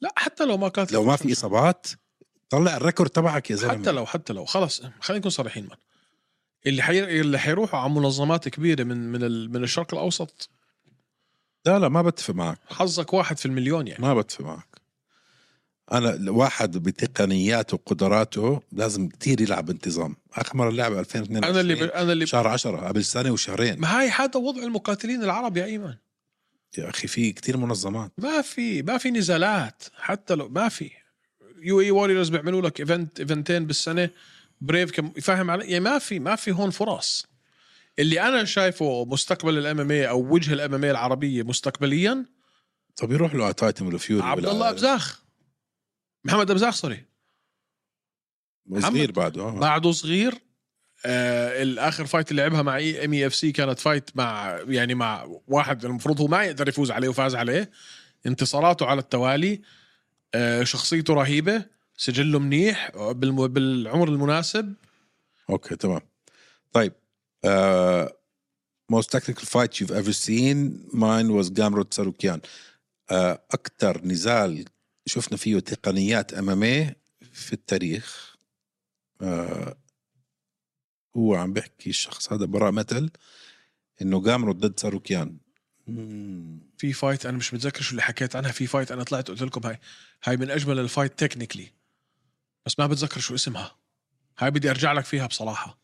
لا حتى لو ما كانت لو ما في اصابات طلع الريكورد تبعك يا زلمه حتى لو حتى لو خلص خلينا نكون صريحين من اللي حي... اللي حيروحوا على منظمات كبيره من من ال... من الشرق الاوسط لا لا ما بتفق معك حظك واحد في المليون يعني ما بتفق معك انا واحد بتقنياته وقدراته لازم كتير يلعب بانتظام اخر مره لعب 2022 انا اللي ب... انا اللي ب... شهر 10 قبل سنه وشهرين ما هاي هذا وضع المقاتلين العرب يا ايمن يا اخي في كتير منظمات ما في ما في نزالات حتى لو ما في يو اي واريورز بيعملوا لك ايفنت ايفنتين بالسنه بريف كم فاهم علي يعني ما في ما في هون فرص اللي انا شايفه مستقبل الام ام او إيه وجه الام ام العربيه مستقبليا طب يروح له على تايتم الفيوري عبد الله ابزاخ محمد ابزاخ سوري صغير بعده آه. بعده صغير آه الاخر فايت اللي لعبها مع ام اي اف سي كانت فايت مع يعني مع واحد المفروض هو ما يقدر يفوز عليه وفاز عليه انتصاراته على التوالي آه شخصيته رهيبه سجله منيح بالم- بالعمر المناسب اوكي تمام طيب uh, most technical fight you've ever seen mine was Gamrot Sarukian uh, اكثر نزال شفنا فيه تقنيات اماميه في التاريخ uh, هو عم بيحكي الشخص هذا براء مثل انه جامروت ضد ساروكيان مم. في فايت انا مش متذكر شو اللي حكيت عنها في فايت انا طلعت قلت لكم هاي هاي من اجمل الفايت تكنيكلي بس ما بتذكر شو اسمها هاي بدي ارجع لك فيها بصراحه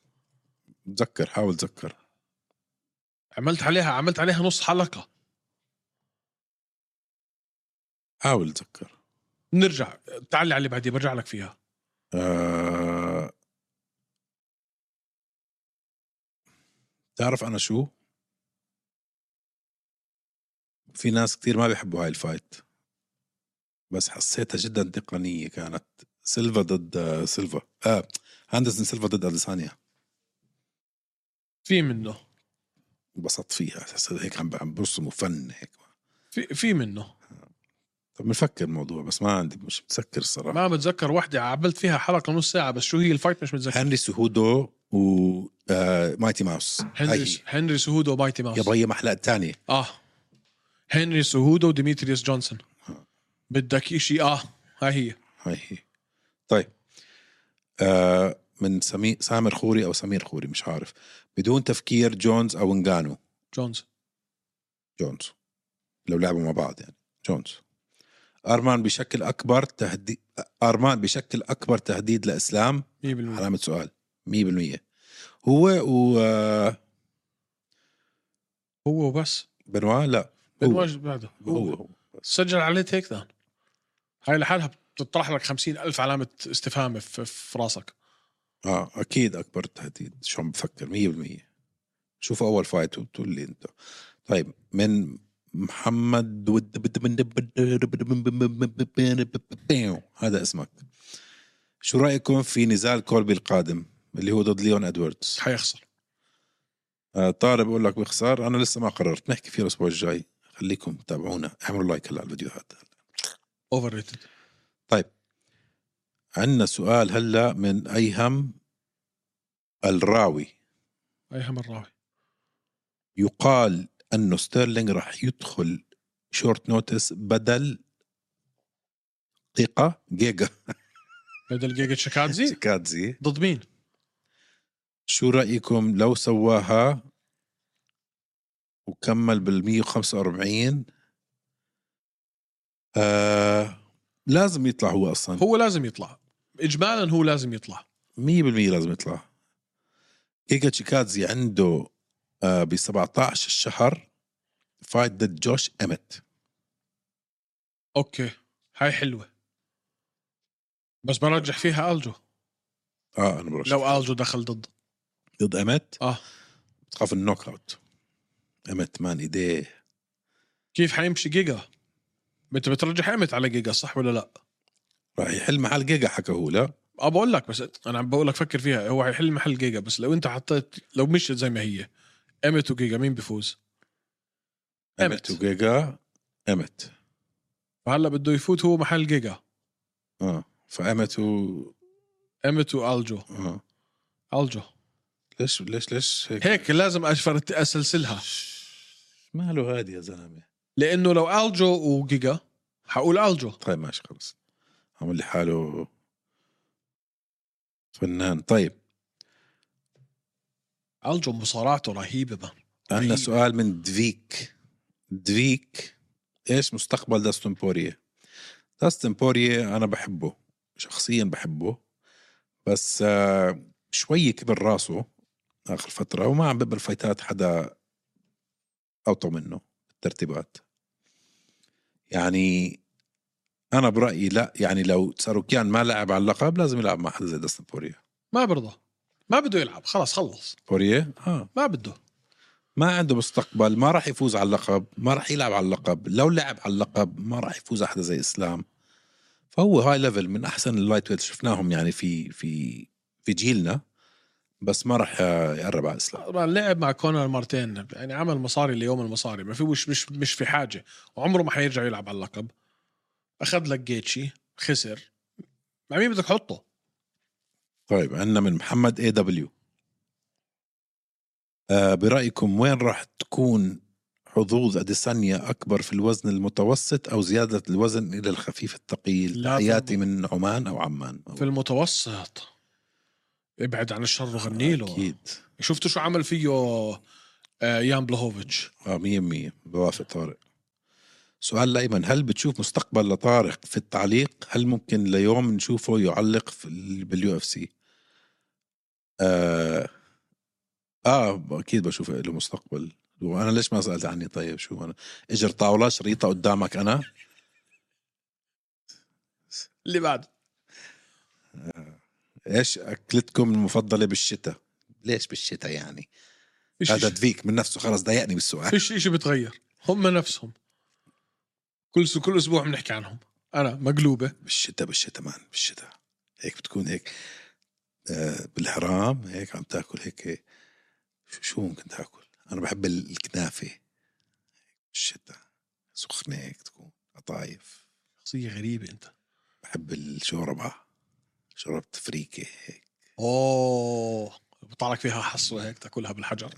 تذكر حاول تذكر عملت عليها عملت عليها نص حلقه حاول تذكر نرجع تعال على اللي بعديه برجع لك فيها آه... تعرف انا شو في ناس كتير ما بيحبوا هاي الفايت بس حسيتها جدا تقنية كانت سيلفا ضد آه، سيلفا آه هاندرسون سيلفا ضد اديسانيا في منه انبسطت فيها حسيت هيك عم عم برسموا فن هيك في في منه طب بنفكر الموضوع بس ما عندي مش متذكر الصراحة ما بتذكر وحده عملت فيها حلقه نص ساعه بس شو هي الفايت مش متذكر هنري سهودو و آه مايتي ماوس هاي هنري هي. هنري سهودو بايتي ماوس يا بيي محلقة تانية اه هنري سهودو وديميتريوس جونسون آه. بدك شيء اه هاي هي هاي هي طيب آه من سمي... سامر خوري او سمير خوري مش عارف بدون تفكير جونز او انجانو جونز جونز لو لعبوا مع بعض يعني جونز ارمان بشكل اكبر تهديد ارمان بشكل اكبر تهديد لاسلام 100% علامه سؤال 100% هو و آه، هو بس بنوا لا هو بالواجب بعده هو, هو. اه اكيد اكبر تهديد شو عم بفكر 100% شوف اول فايت وتقول لي انت طيب من محمد ود- هذا اسمك شو رايكم في نزال كولبي القادم اللي هو ضد ليون ادواردز حيخسر آه، طارق بقول لك بخسار انا لسه ما قررت نحكي فيه الاسبوع الجاي خليكم تابعونا اعملوا لايك هلا على الفيديو هذا اوفر ريتد عندنا سؤال هلا من ايهم الراوي ايهم الراوي يقال انه ستيرلينج راح يدخل شورت نوتس بدل دقيقة جيجا بدل جيجا تشيكادزي كادزي ضد مين؟ شو رأيكم لو سواها وكمل بال 145 آه لازم يطلع هو اصلا هو لازم يطلع اجمالا هو لازم يطلع 100% لازم يطلع جيجا تشيكادزي عنده آه ب 17 الشهر فايت ضد جوش امت اوكي هاي حلوة بس برجح فيها الجو اه انا برشح لو الجو دخل ضد ضد امت اه بتخاف النوك اوت امت مان ايديه كيف حيمشي جيجا؟ انت بترجح امت على جيجا صح ولا لا؟ راح يحل محل جيجا حكى هو لا اه بقول لك بس انا عم بقول لك فكر فيها هو حيحل محل جيجا بس لو انت حطيت لو مشيت زي ما هي امت وجيجا مين بيفوز؟ امت أمت. وجيجا امت فهلا بده يفوت هو محل جيجا اه فامت و امت والجو اه الجو ليش ليش ليش هيك هيك لازم أشفرت اسلسلها ماله هادي يا زلمه لانه لو الجو وجيجا حقول الجو طيب ماشي خلص عمل لي حاله فنان طيب الجو مصارعته رهيبه بقى. عندنا رهيب. سؤال من دفيك دفيك ايش مستقبل داستن بوريه داستن بوريه انا بحبه شخصيا بحبه بس آه، شوي كبر راسه اخر فتره وما عم بقبل فايتات حدا اوطى منه الترتيبات يعني انا برايي لا يعني لو ساروكيان ما لعب على اللقب لازم يلعب مع حدا زي داستن بوريه ما برضى ما بده يلعب خلاص خلص بوريه اه ما بده ما عنده مستقبل ما راح يفوز على اللقب ما راح يلعب على اللقب لو لعب على اللقب ما راح يفوز على حدا زي اسلام فهو هاي ليفل من احسن اللايت ويت شفناهم يعني في في في جيلنا بس ما راح يقرب على اسلام طبعاً لعب مع كونر مرتين يعني عمل مصاري ليوم المصاري ما في مش مش مش في حاجه وعمره ما حيرجع يلعب على اللقب اخذ لك جيتشي خسر مع مين بدك تحطه؟ طيب عندنا من محمد اي دبليو برايكم وين راح تكون حظوظ اديسانيا اكبر في الوزن المتوسط او زياده الوزن الى الخفيف الثقيل لا تحياتي تنظر. من عمان او عمان في المتوسط ابعد عن الشر وغني له اكيد شفتوا شو عمل فيه آه، يان بلوهوفيتش اه 100% بوافق طارق سؤال لأيمن هل بتشوف مستقبل لطارق في التعليق هل ممكن ليوم نشوفه يعلق في ال- باليو اف سي آه, اه اكيد بشوف له مستقبل وانا ليش ما سالت عني طيب شو انا اجر طاوله شريطه قدامك انا اللي بعده ايش اكلتكم المفضله بالشتاء ليش بالشتاء يعني فيش هذا إشي- دفيك من نفسه خلص ضايقني بالسؤال فيش شيء بتغير هم نفسهم كل س- كل اسبوع بنحكي عنهم انا مقلوبه بالشتاء بالشتاء مان بالشتاء هيك بتكون هيك آه بالحرام هيك عم تاكل هيك شو- شو ممكن تاكل انا بحب ال- الكنافه بالشتاء سخنه هيك تكون قطايف شخصيه غريبه انت بحب الشوربه شوربه فريكه هيك اوه بطلع لك فيها حصوه هيك تاكلها بالحجر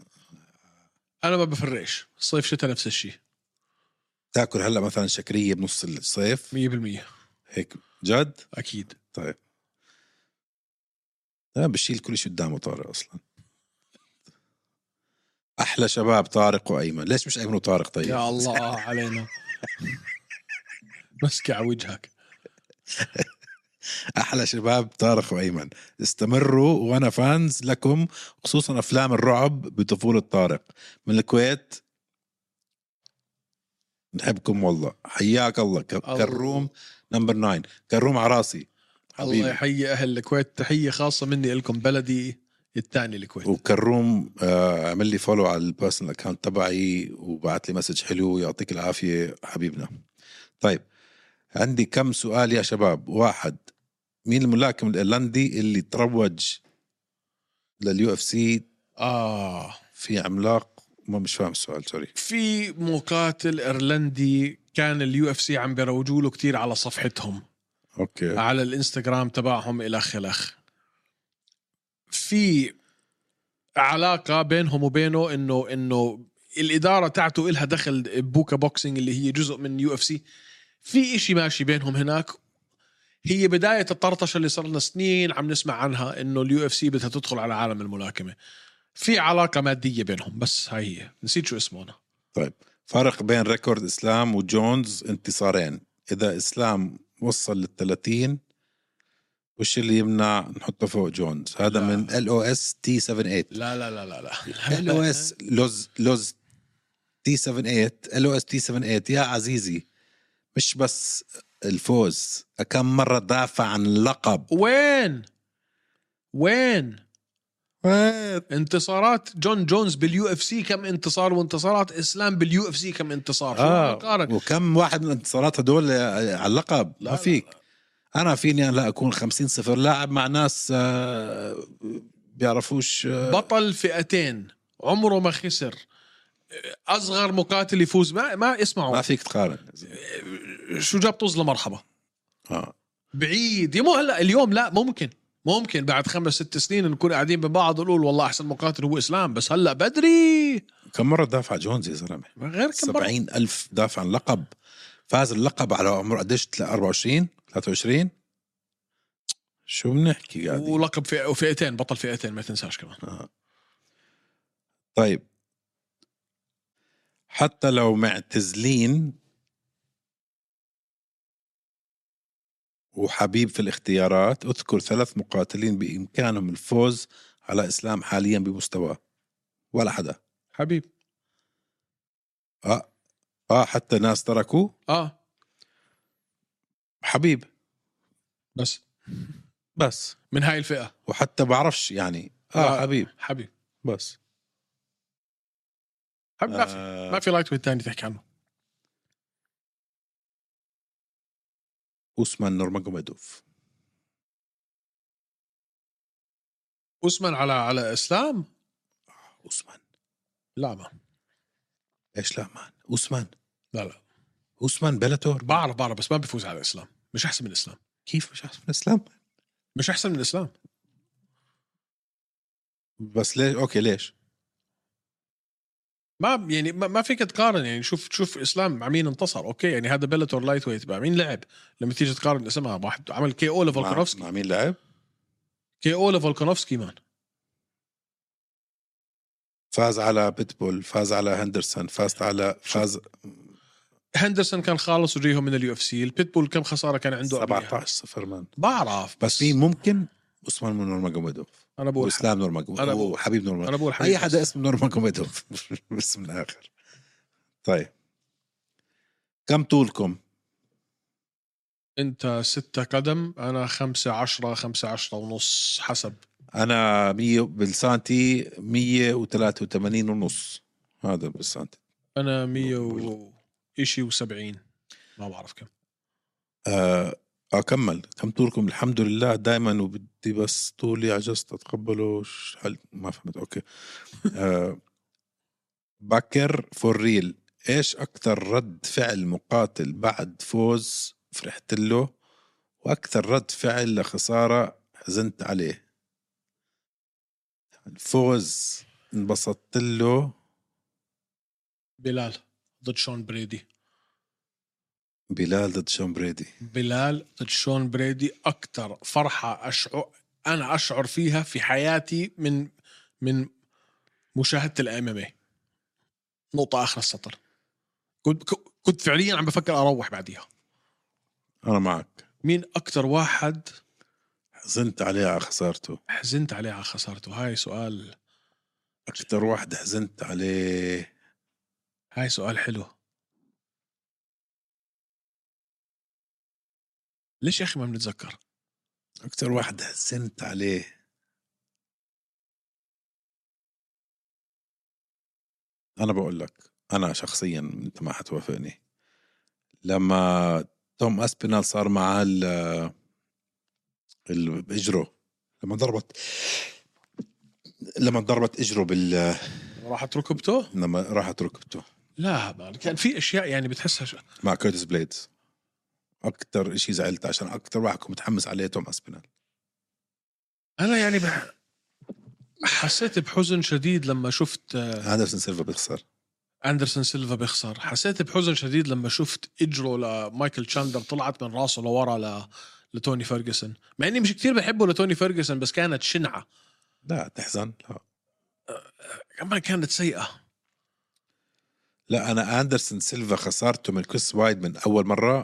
انا ما بفرقش صيف شتاء نفس الشيء تاكل هلا مثلا شكريه بنص الصيف 100% هيك جد اكيد طيب لا بشيل كل شيء قدامه طارق اصلا احلى شباب طارق وايمن ليش مش ايمن وطارق طيب يا الله علينا مسكة على وجهك احلى شباب طارق وايمن استمروا وانا فانز لكم خصوصا افلام الرعب بطفوله طارق من الكويت نحبكم والله حياك الله ك- الله. كروم نمبر 9 كروم على راسي الله حبيبي يحيي اهل الكويت تحيه خاصه مني لكم بلدي الثاني الكويت وكروم آه، عمل لي فولو على البيرسونال اكونت تبعي وبعت لي مسج حلو يعطيك العافيه حبيبنا طيب عندي كم سؤال يا شباب واحد مين الملاكم الايرلندي اللي تروج لليو اف سي اه في عملاق ما مش فاهم السؤال سوري في مقاتل ايرلندي كان اليو اف سي عم بيروجوا له كثير على صفحتهم اوكي على الانستغرام تبعهم الخ الخ في علاقه بينهم وبينه انه انه الاداره تاعته إلها دخل بوكا بوكسينج اللي هي جزء من يو اف سي في إشي ماشي بينهم هناك هي بدايه الطرطشه اللي صار لنا سنين عم نسمع عنها انه اليو اف سي بدها تدخل على عالم الملاكمه في علاقه ماديه بينهم بس هاي هي نسيت شو اسمه انا طيب فرق بين ريكورد اسلام وجونز انتصارين اذا اسلام وصل لل 30 وش اللي يمنع نحطه فوق جونز هذا لا. من ال او اس تي 78 لا لا لا لا لا ال او آه. اس لوز لوز تي 78 ال او اس تي 78 يا عزيزي مش بس الفوز كم مره دافع عن اللقب وين وين انتصارات جون جونز باليو اف سي كم انتصار وانتصارات اسلام باليو اف سي كم انتصار شو آه. نقارن وكم واحد من الانتصارات هدول آه، على اللقب لا، ما فيك انا فيني لا اكون 50 صفر لاعب مع ناس آه، بيعرفوش آه، بطل فئتين عمره ما خسر اصغر مقاتل يفوز ما ما ما اسمعوا فيك تقارن شو جاب طز لمرحبا آه. بعيد يا مو هلا اليوم لا ممكن ممكن بعد خمس ست سنين نكون قاعدين ببعض نقول والله احسن مقاتل هو اسلام بس هلا بدري كم مره دافع جونز يا زلمه غير كم مرة. 70 ألف دافع عن لقب فاز اللقب على عمر قديش تلا- 24 23 شو بنحكي قاعدين ولقب فئة وفئتين بطل فئتين ما تنساش كمان يعني. آه. طيب حتى لو معتزلين وحبيب في الاختيارات اذكر ثلاث مقاتلين بامكانهم الفوز على اسلام حاليا بمستواه ولا حدا حبيب اه اه حتى ناس تركوا اه حبيب بس بس من هاي الفئه وحتى بعرفش يعني اه, آه. آه. حبيب حبيب بس حبيب ما في آه ما في لايت ويت ثاني تحكي عنه اوسمان نورماجوميدوف اوسمان على على اسلام اوسمان لا ما ايش لا مان اوسمان لا لا اوسمان بلاتور بعرف بعرف بس ما بيفوز على اسلام مش احسن من اسلام كيف مش عارف الاسلام مش احسن من اسلام بس ليش اوكي ليش ما يعني ما ما فيك تقارن يعني شوف شوف اسلام مع مين انتصر اوكي يعني هذا بيلاتور لايت ويت مع مين لعب لما تيجي تقارن اسمها واحد عمل كي او مع, لفولكانوفسكي مع مين لعب كي او لفولكانوفسكي مان فاز على بيتبول فاز على هندرسون فاز على فاز هندرسون كان خالص وجايهم من اليو اف سي البيتبول كم خساره كان عنده قبلها؟ 17 صفر مان بعرف بس مين ممكن عثمان من نورماجوميدوف انا بقول واسلام نورماجوميدوف أنا بقول- وحبيب نورماجوميدوف انا بقول حبيب اي حدا بس. اسمه نورماجوميدوف باسم الاخر طيب كم طولكم؟ انت ستة قدم انا خمسة عشرة خمسة عشرة ونص حسب انا 100 بالسانتي 183 ونص هذا بالسانتي انا مية و إشي وسبعين ما بعرف كم آه اكمل كم طولكم الحمد لله دائما وبدي بس طولي عجزت اتقبله ش- هل ما فهمت اوكي آه بكر فور ريل ايش اكثر رد فعل مقاتل بعد فوز فرحت له واكثر رد فعل لخساره حزنت عليه الفوز انبسطت له بلال ضد شون بريدي بلال ضد شون بريدي بلال ضد شون بريدي اكثر فرحه اشعر انا اشعر فيها في حياتي من من مشاهده الام نقطه اخر إيه. السطر كنت كنت فعليا عم بفكر اروح بعديها انا معك مين اكثر واحد حزنت عليه على خسارته حزنت عليه على خسارته هاي سؤال اكثر واحد حزنت عليه هاي سؤال حلو ليش يا اخي ما بنتذكر أكتر واحد حزنت عليه أنا بقول لك أنا شخصيا أنت ما حتوافقني لما توم أسبينال صار معاه ال ال- بإجره لما ضربت لما ضربت إجره بال راحت ركبته لما راحت ركبته لا ما- كان في اشياء يعني بتحسها ش... مع كيرتس بليدز أكتر إشي زعلت عشان أكتر واحد كنت متحمس عليه توم أسبينال انا يعني بح... حسيت بحزن شديد لما شفت آه، أندرسون سيلفا بيخسر اندرسون سيلفا بيخسر حسيت بحزن شديد لما شفت اجره لمايكل تشاندر طلعت من راسه لورا ل... لتوني فيرجسون مع اني مش كتير بحبه لتوني فيرجسون بس كانت شنعه لا تحزن لا كمان كانت سيئه لا انا اندرسون سيلفا خسارته من كريس وايد من اول مره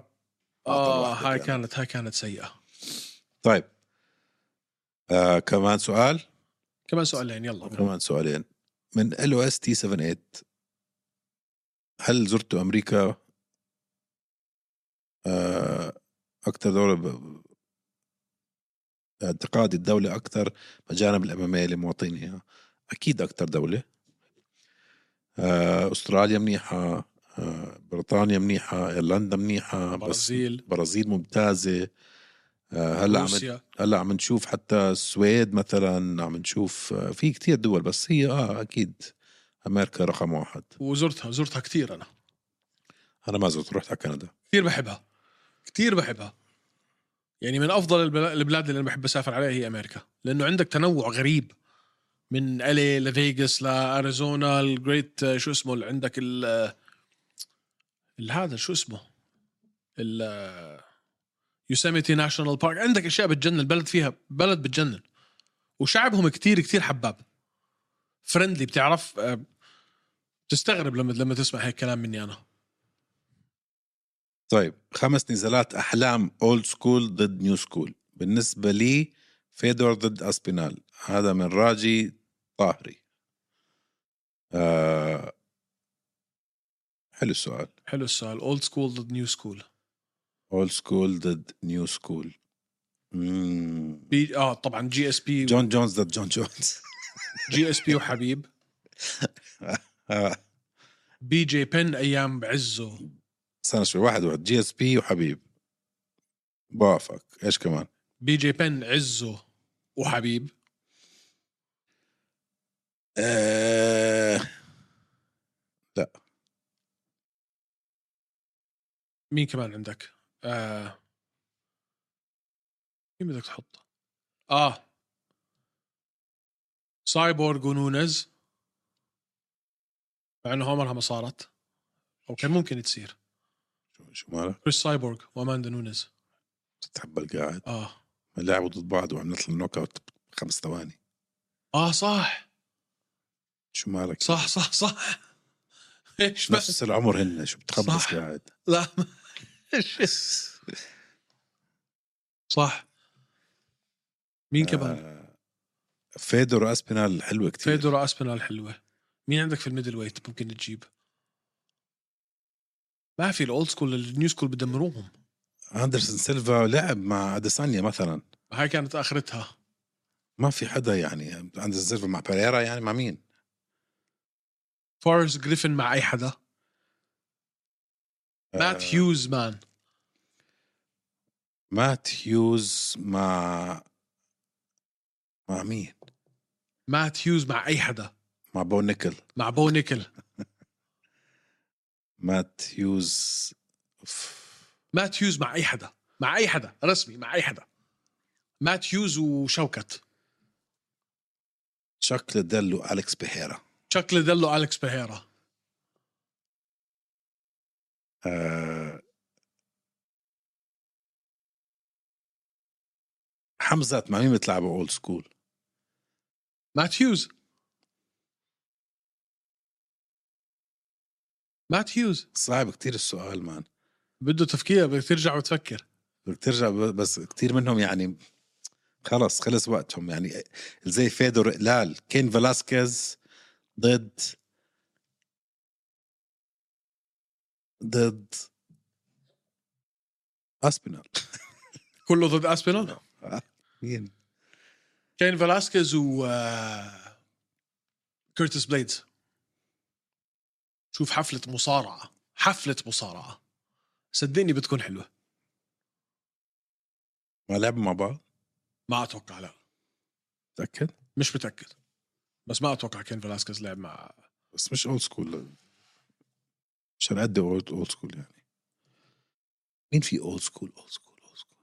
أعطى اه واحدة هاي كمان. كانت هاي كانت سيئه طيب آه كمان سؤال كمان سؤالين يلا كمان سؤالين من ال او اس تي 78 هل زرتوا امريكا آه اكثر دوله ب... اعتقاد الدوله اكثر مجانب الاماميه لمواطنيها اكيد اكثر دوله آه استراليا منيحه آه بريطانيا منيحه ايرلندا منيحه بس برازيل برازيل ممتازه آه، هلا عم روسيا هلا عم نشوف حتى السويد مثلا عم نشوف آه، في كتير دول بس هي اه اكيد امريكا رقم واحد وزرتها زرتها كثير انا انا ما زرت رحت على كندا كثير بحبها كثير بحبها يعني من افضل البلا- البلاد اللي انا بحب اسافر عليها هي امريكا لانه عندك تنوع غريب من الي لفيغاس لاريزونا الجريت شو اسمه اللي عندك ال ال- هذا شو اسمه ال يوسيميتي ناشونال بارك عندك اشياء بتجنن البلد فيها بلد بتجنن وشعبهم كتير كتير حباب فريندلي بتعرف آه، بتستغرب لما لما تسمع هيك كلام مني انا طيب خمس نزالات احلام اولد سكول ضد نيو سكول بالنسبه لي فيدور ضد اسبينال هذا من راجي طاهري آه حلو السؤال حلو السؤال اولد سكول ضد نيو سكول اولد سكول ضد نيو سكول مم. بي اه طبعا جي اس بي جون جونز ضد جون جونز جي اس بي وحبيب آه. بي جي بن ايام عزه استنى شوي واحد واحد جي اس بي وحبيب بوافق ايش كمان بي جي بن عزه وحبيب آه... مين كمان عندك؟ آه مين بدك تحط؟ اه سايبورغ ونونز مع انه عمرها ما صارت او كان ممكن تصير شو- شو مالك كريس سايبورغ واماندا نونز تتحبل قاعد اه لعبوا ضد بعض وعم نطلع نوك اوت خمس ثواني اه صح شو مالك صح صح صح ايش بس نفس العمر هن شو بتخبص صح. قاعد لا صح مين كمان؟ آه، فيدور اسبينال حلوه كتير فيدورا اسبينال حلوه مين عندك في الميدل ويت ممكن تجيب ما في الاولد سكول النيو سكول بدمروهم اندرسون سيلفا لعب مع اديسانيا مثلا هاي كانت اخرتها ما في حدا يعني اندرسون سيلفا مع بيريرا يعني مع مين؟ فورست جريفن مع اي حدا مات آه، هيوز مان مات هيوز مع مع مين؟ مات هيوز مع اي حدا مع بو نيكل مع بو نيكل مات هيوز أوف. مات هيوز مع اي حدا مع اي حدا رسمي مع اي حدا مات هيوز وشوكت تشاك ليدل والكس بيحيرا تشاك ليدل والكس بيهيرا آه، حمزات مع مين بتلعبوا اولد سكول؟ مات هيوز مات هيوز صعب كتير السؤال مان بده تفكير بدك ترجع وتفكر بدك ترجع ب- بس كتير منهم يعني خلص خلص وقتهم يعني زي فيدور اقلال كين فلاسكيز ضد ضد اسبينال كله ضد اسبينال مين كين فلاسكيز و آه، كيرتس بليدز شوف حفلة مصارعة حفلة مصارعة صدقني بتكون حلوة ما لعبوا مع بعض ما اتوقع لا متاكد مش متأكد بس ما اتوقع كين فلاسكيز لعب مع بس مش اولد سكول مش هنقد اولد اولد سكول يعني مين في اولد سكول اولد سكول اولد سكول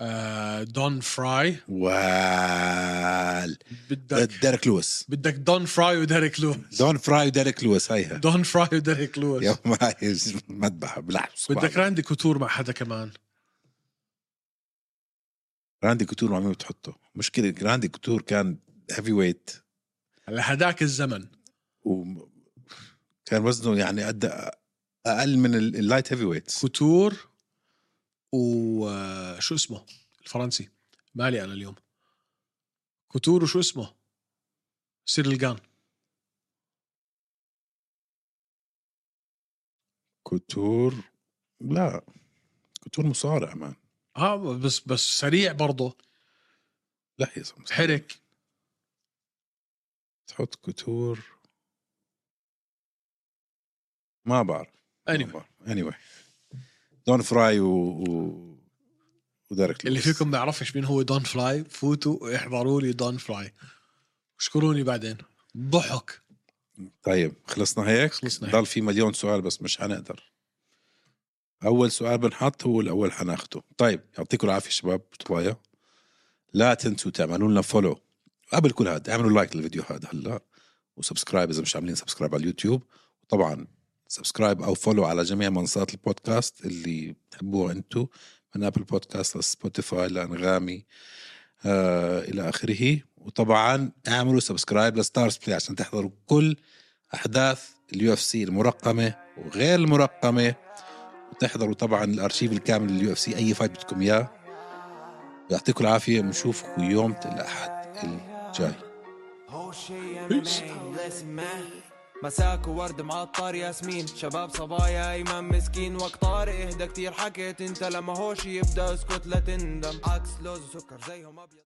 آه، دون فراي وال بدك ضد ديريك لويس بدك دون فراي وديريك لويس دون فراي وديريك لويس هيها دون فراي وديريك لويس يوم هاي مذبحه بلحس بدك راندي كوتور مع حدا كمان راندي كوتور مع مين بتحطه مشكله راندي كوتور كان هيفي ويت هلا هداك الزمن وكان وزنه يعني قد اقل من ال- اللايت هيفي ويت كوتور وشو آه، اسمه الفرنسي مالي انا اليوم كوتور وشو اسمه سيريل جان كوتور لا كوتور مصارع مان اه بس بس سريع برضه لا يا زلمه حرك تحط كوتور ما بعرف Anyway. اني anyway. دون فراي و, و... وديريك اللي لويس. فيكم ما يعرفش مين هو دون فلاي فوتوا احضروا لي دون فلاي اشكروني بعدين ضحك طيب خلصنا هيك خلصنا هيك. ضل في مليون سؤال بس مش حنقدر اول سؤال بنحط هو الاول حناخده طيب يعطيكم العافيه شباب طبايا لا تنسوا تعملوا لنا فولو قبل كل هذا اعملوا لايك للفيديو هذا هلا وسبسكرايب اذا مش عاملين سبسكرايب على اليوتيوب وطبعا سبسكرايب او فولو على جميع منصات البودكاست اللي بتحبوها انتم من ابل بودكاست لسبوتيفاي لانغامي آه الى اخره وطبعا اعملوا سبسكرايب لستارز بلاي عشان تحضروا كل احداث اليو اف سي المرقمه وغير المرقمه وتحضروا طبعا الارشيف الكامل لليو اف سي اي فايت بدكم اياه يعطيكم العافيه ونشوفكم يوم الاحد الجاي هو شيء MMA لازم معي مساك وورد معطر ياسمين شباب صبايا ايمن مسكين وقت طارق اهدى كتير حكيت انت لما هوش يبدا اسكت لا تندم عكس لوز وسكر زيهم ابيض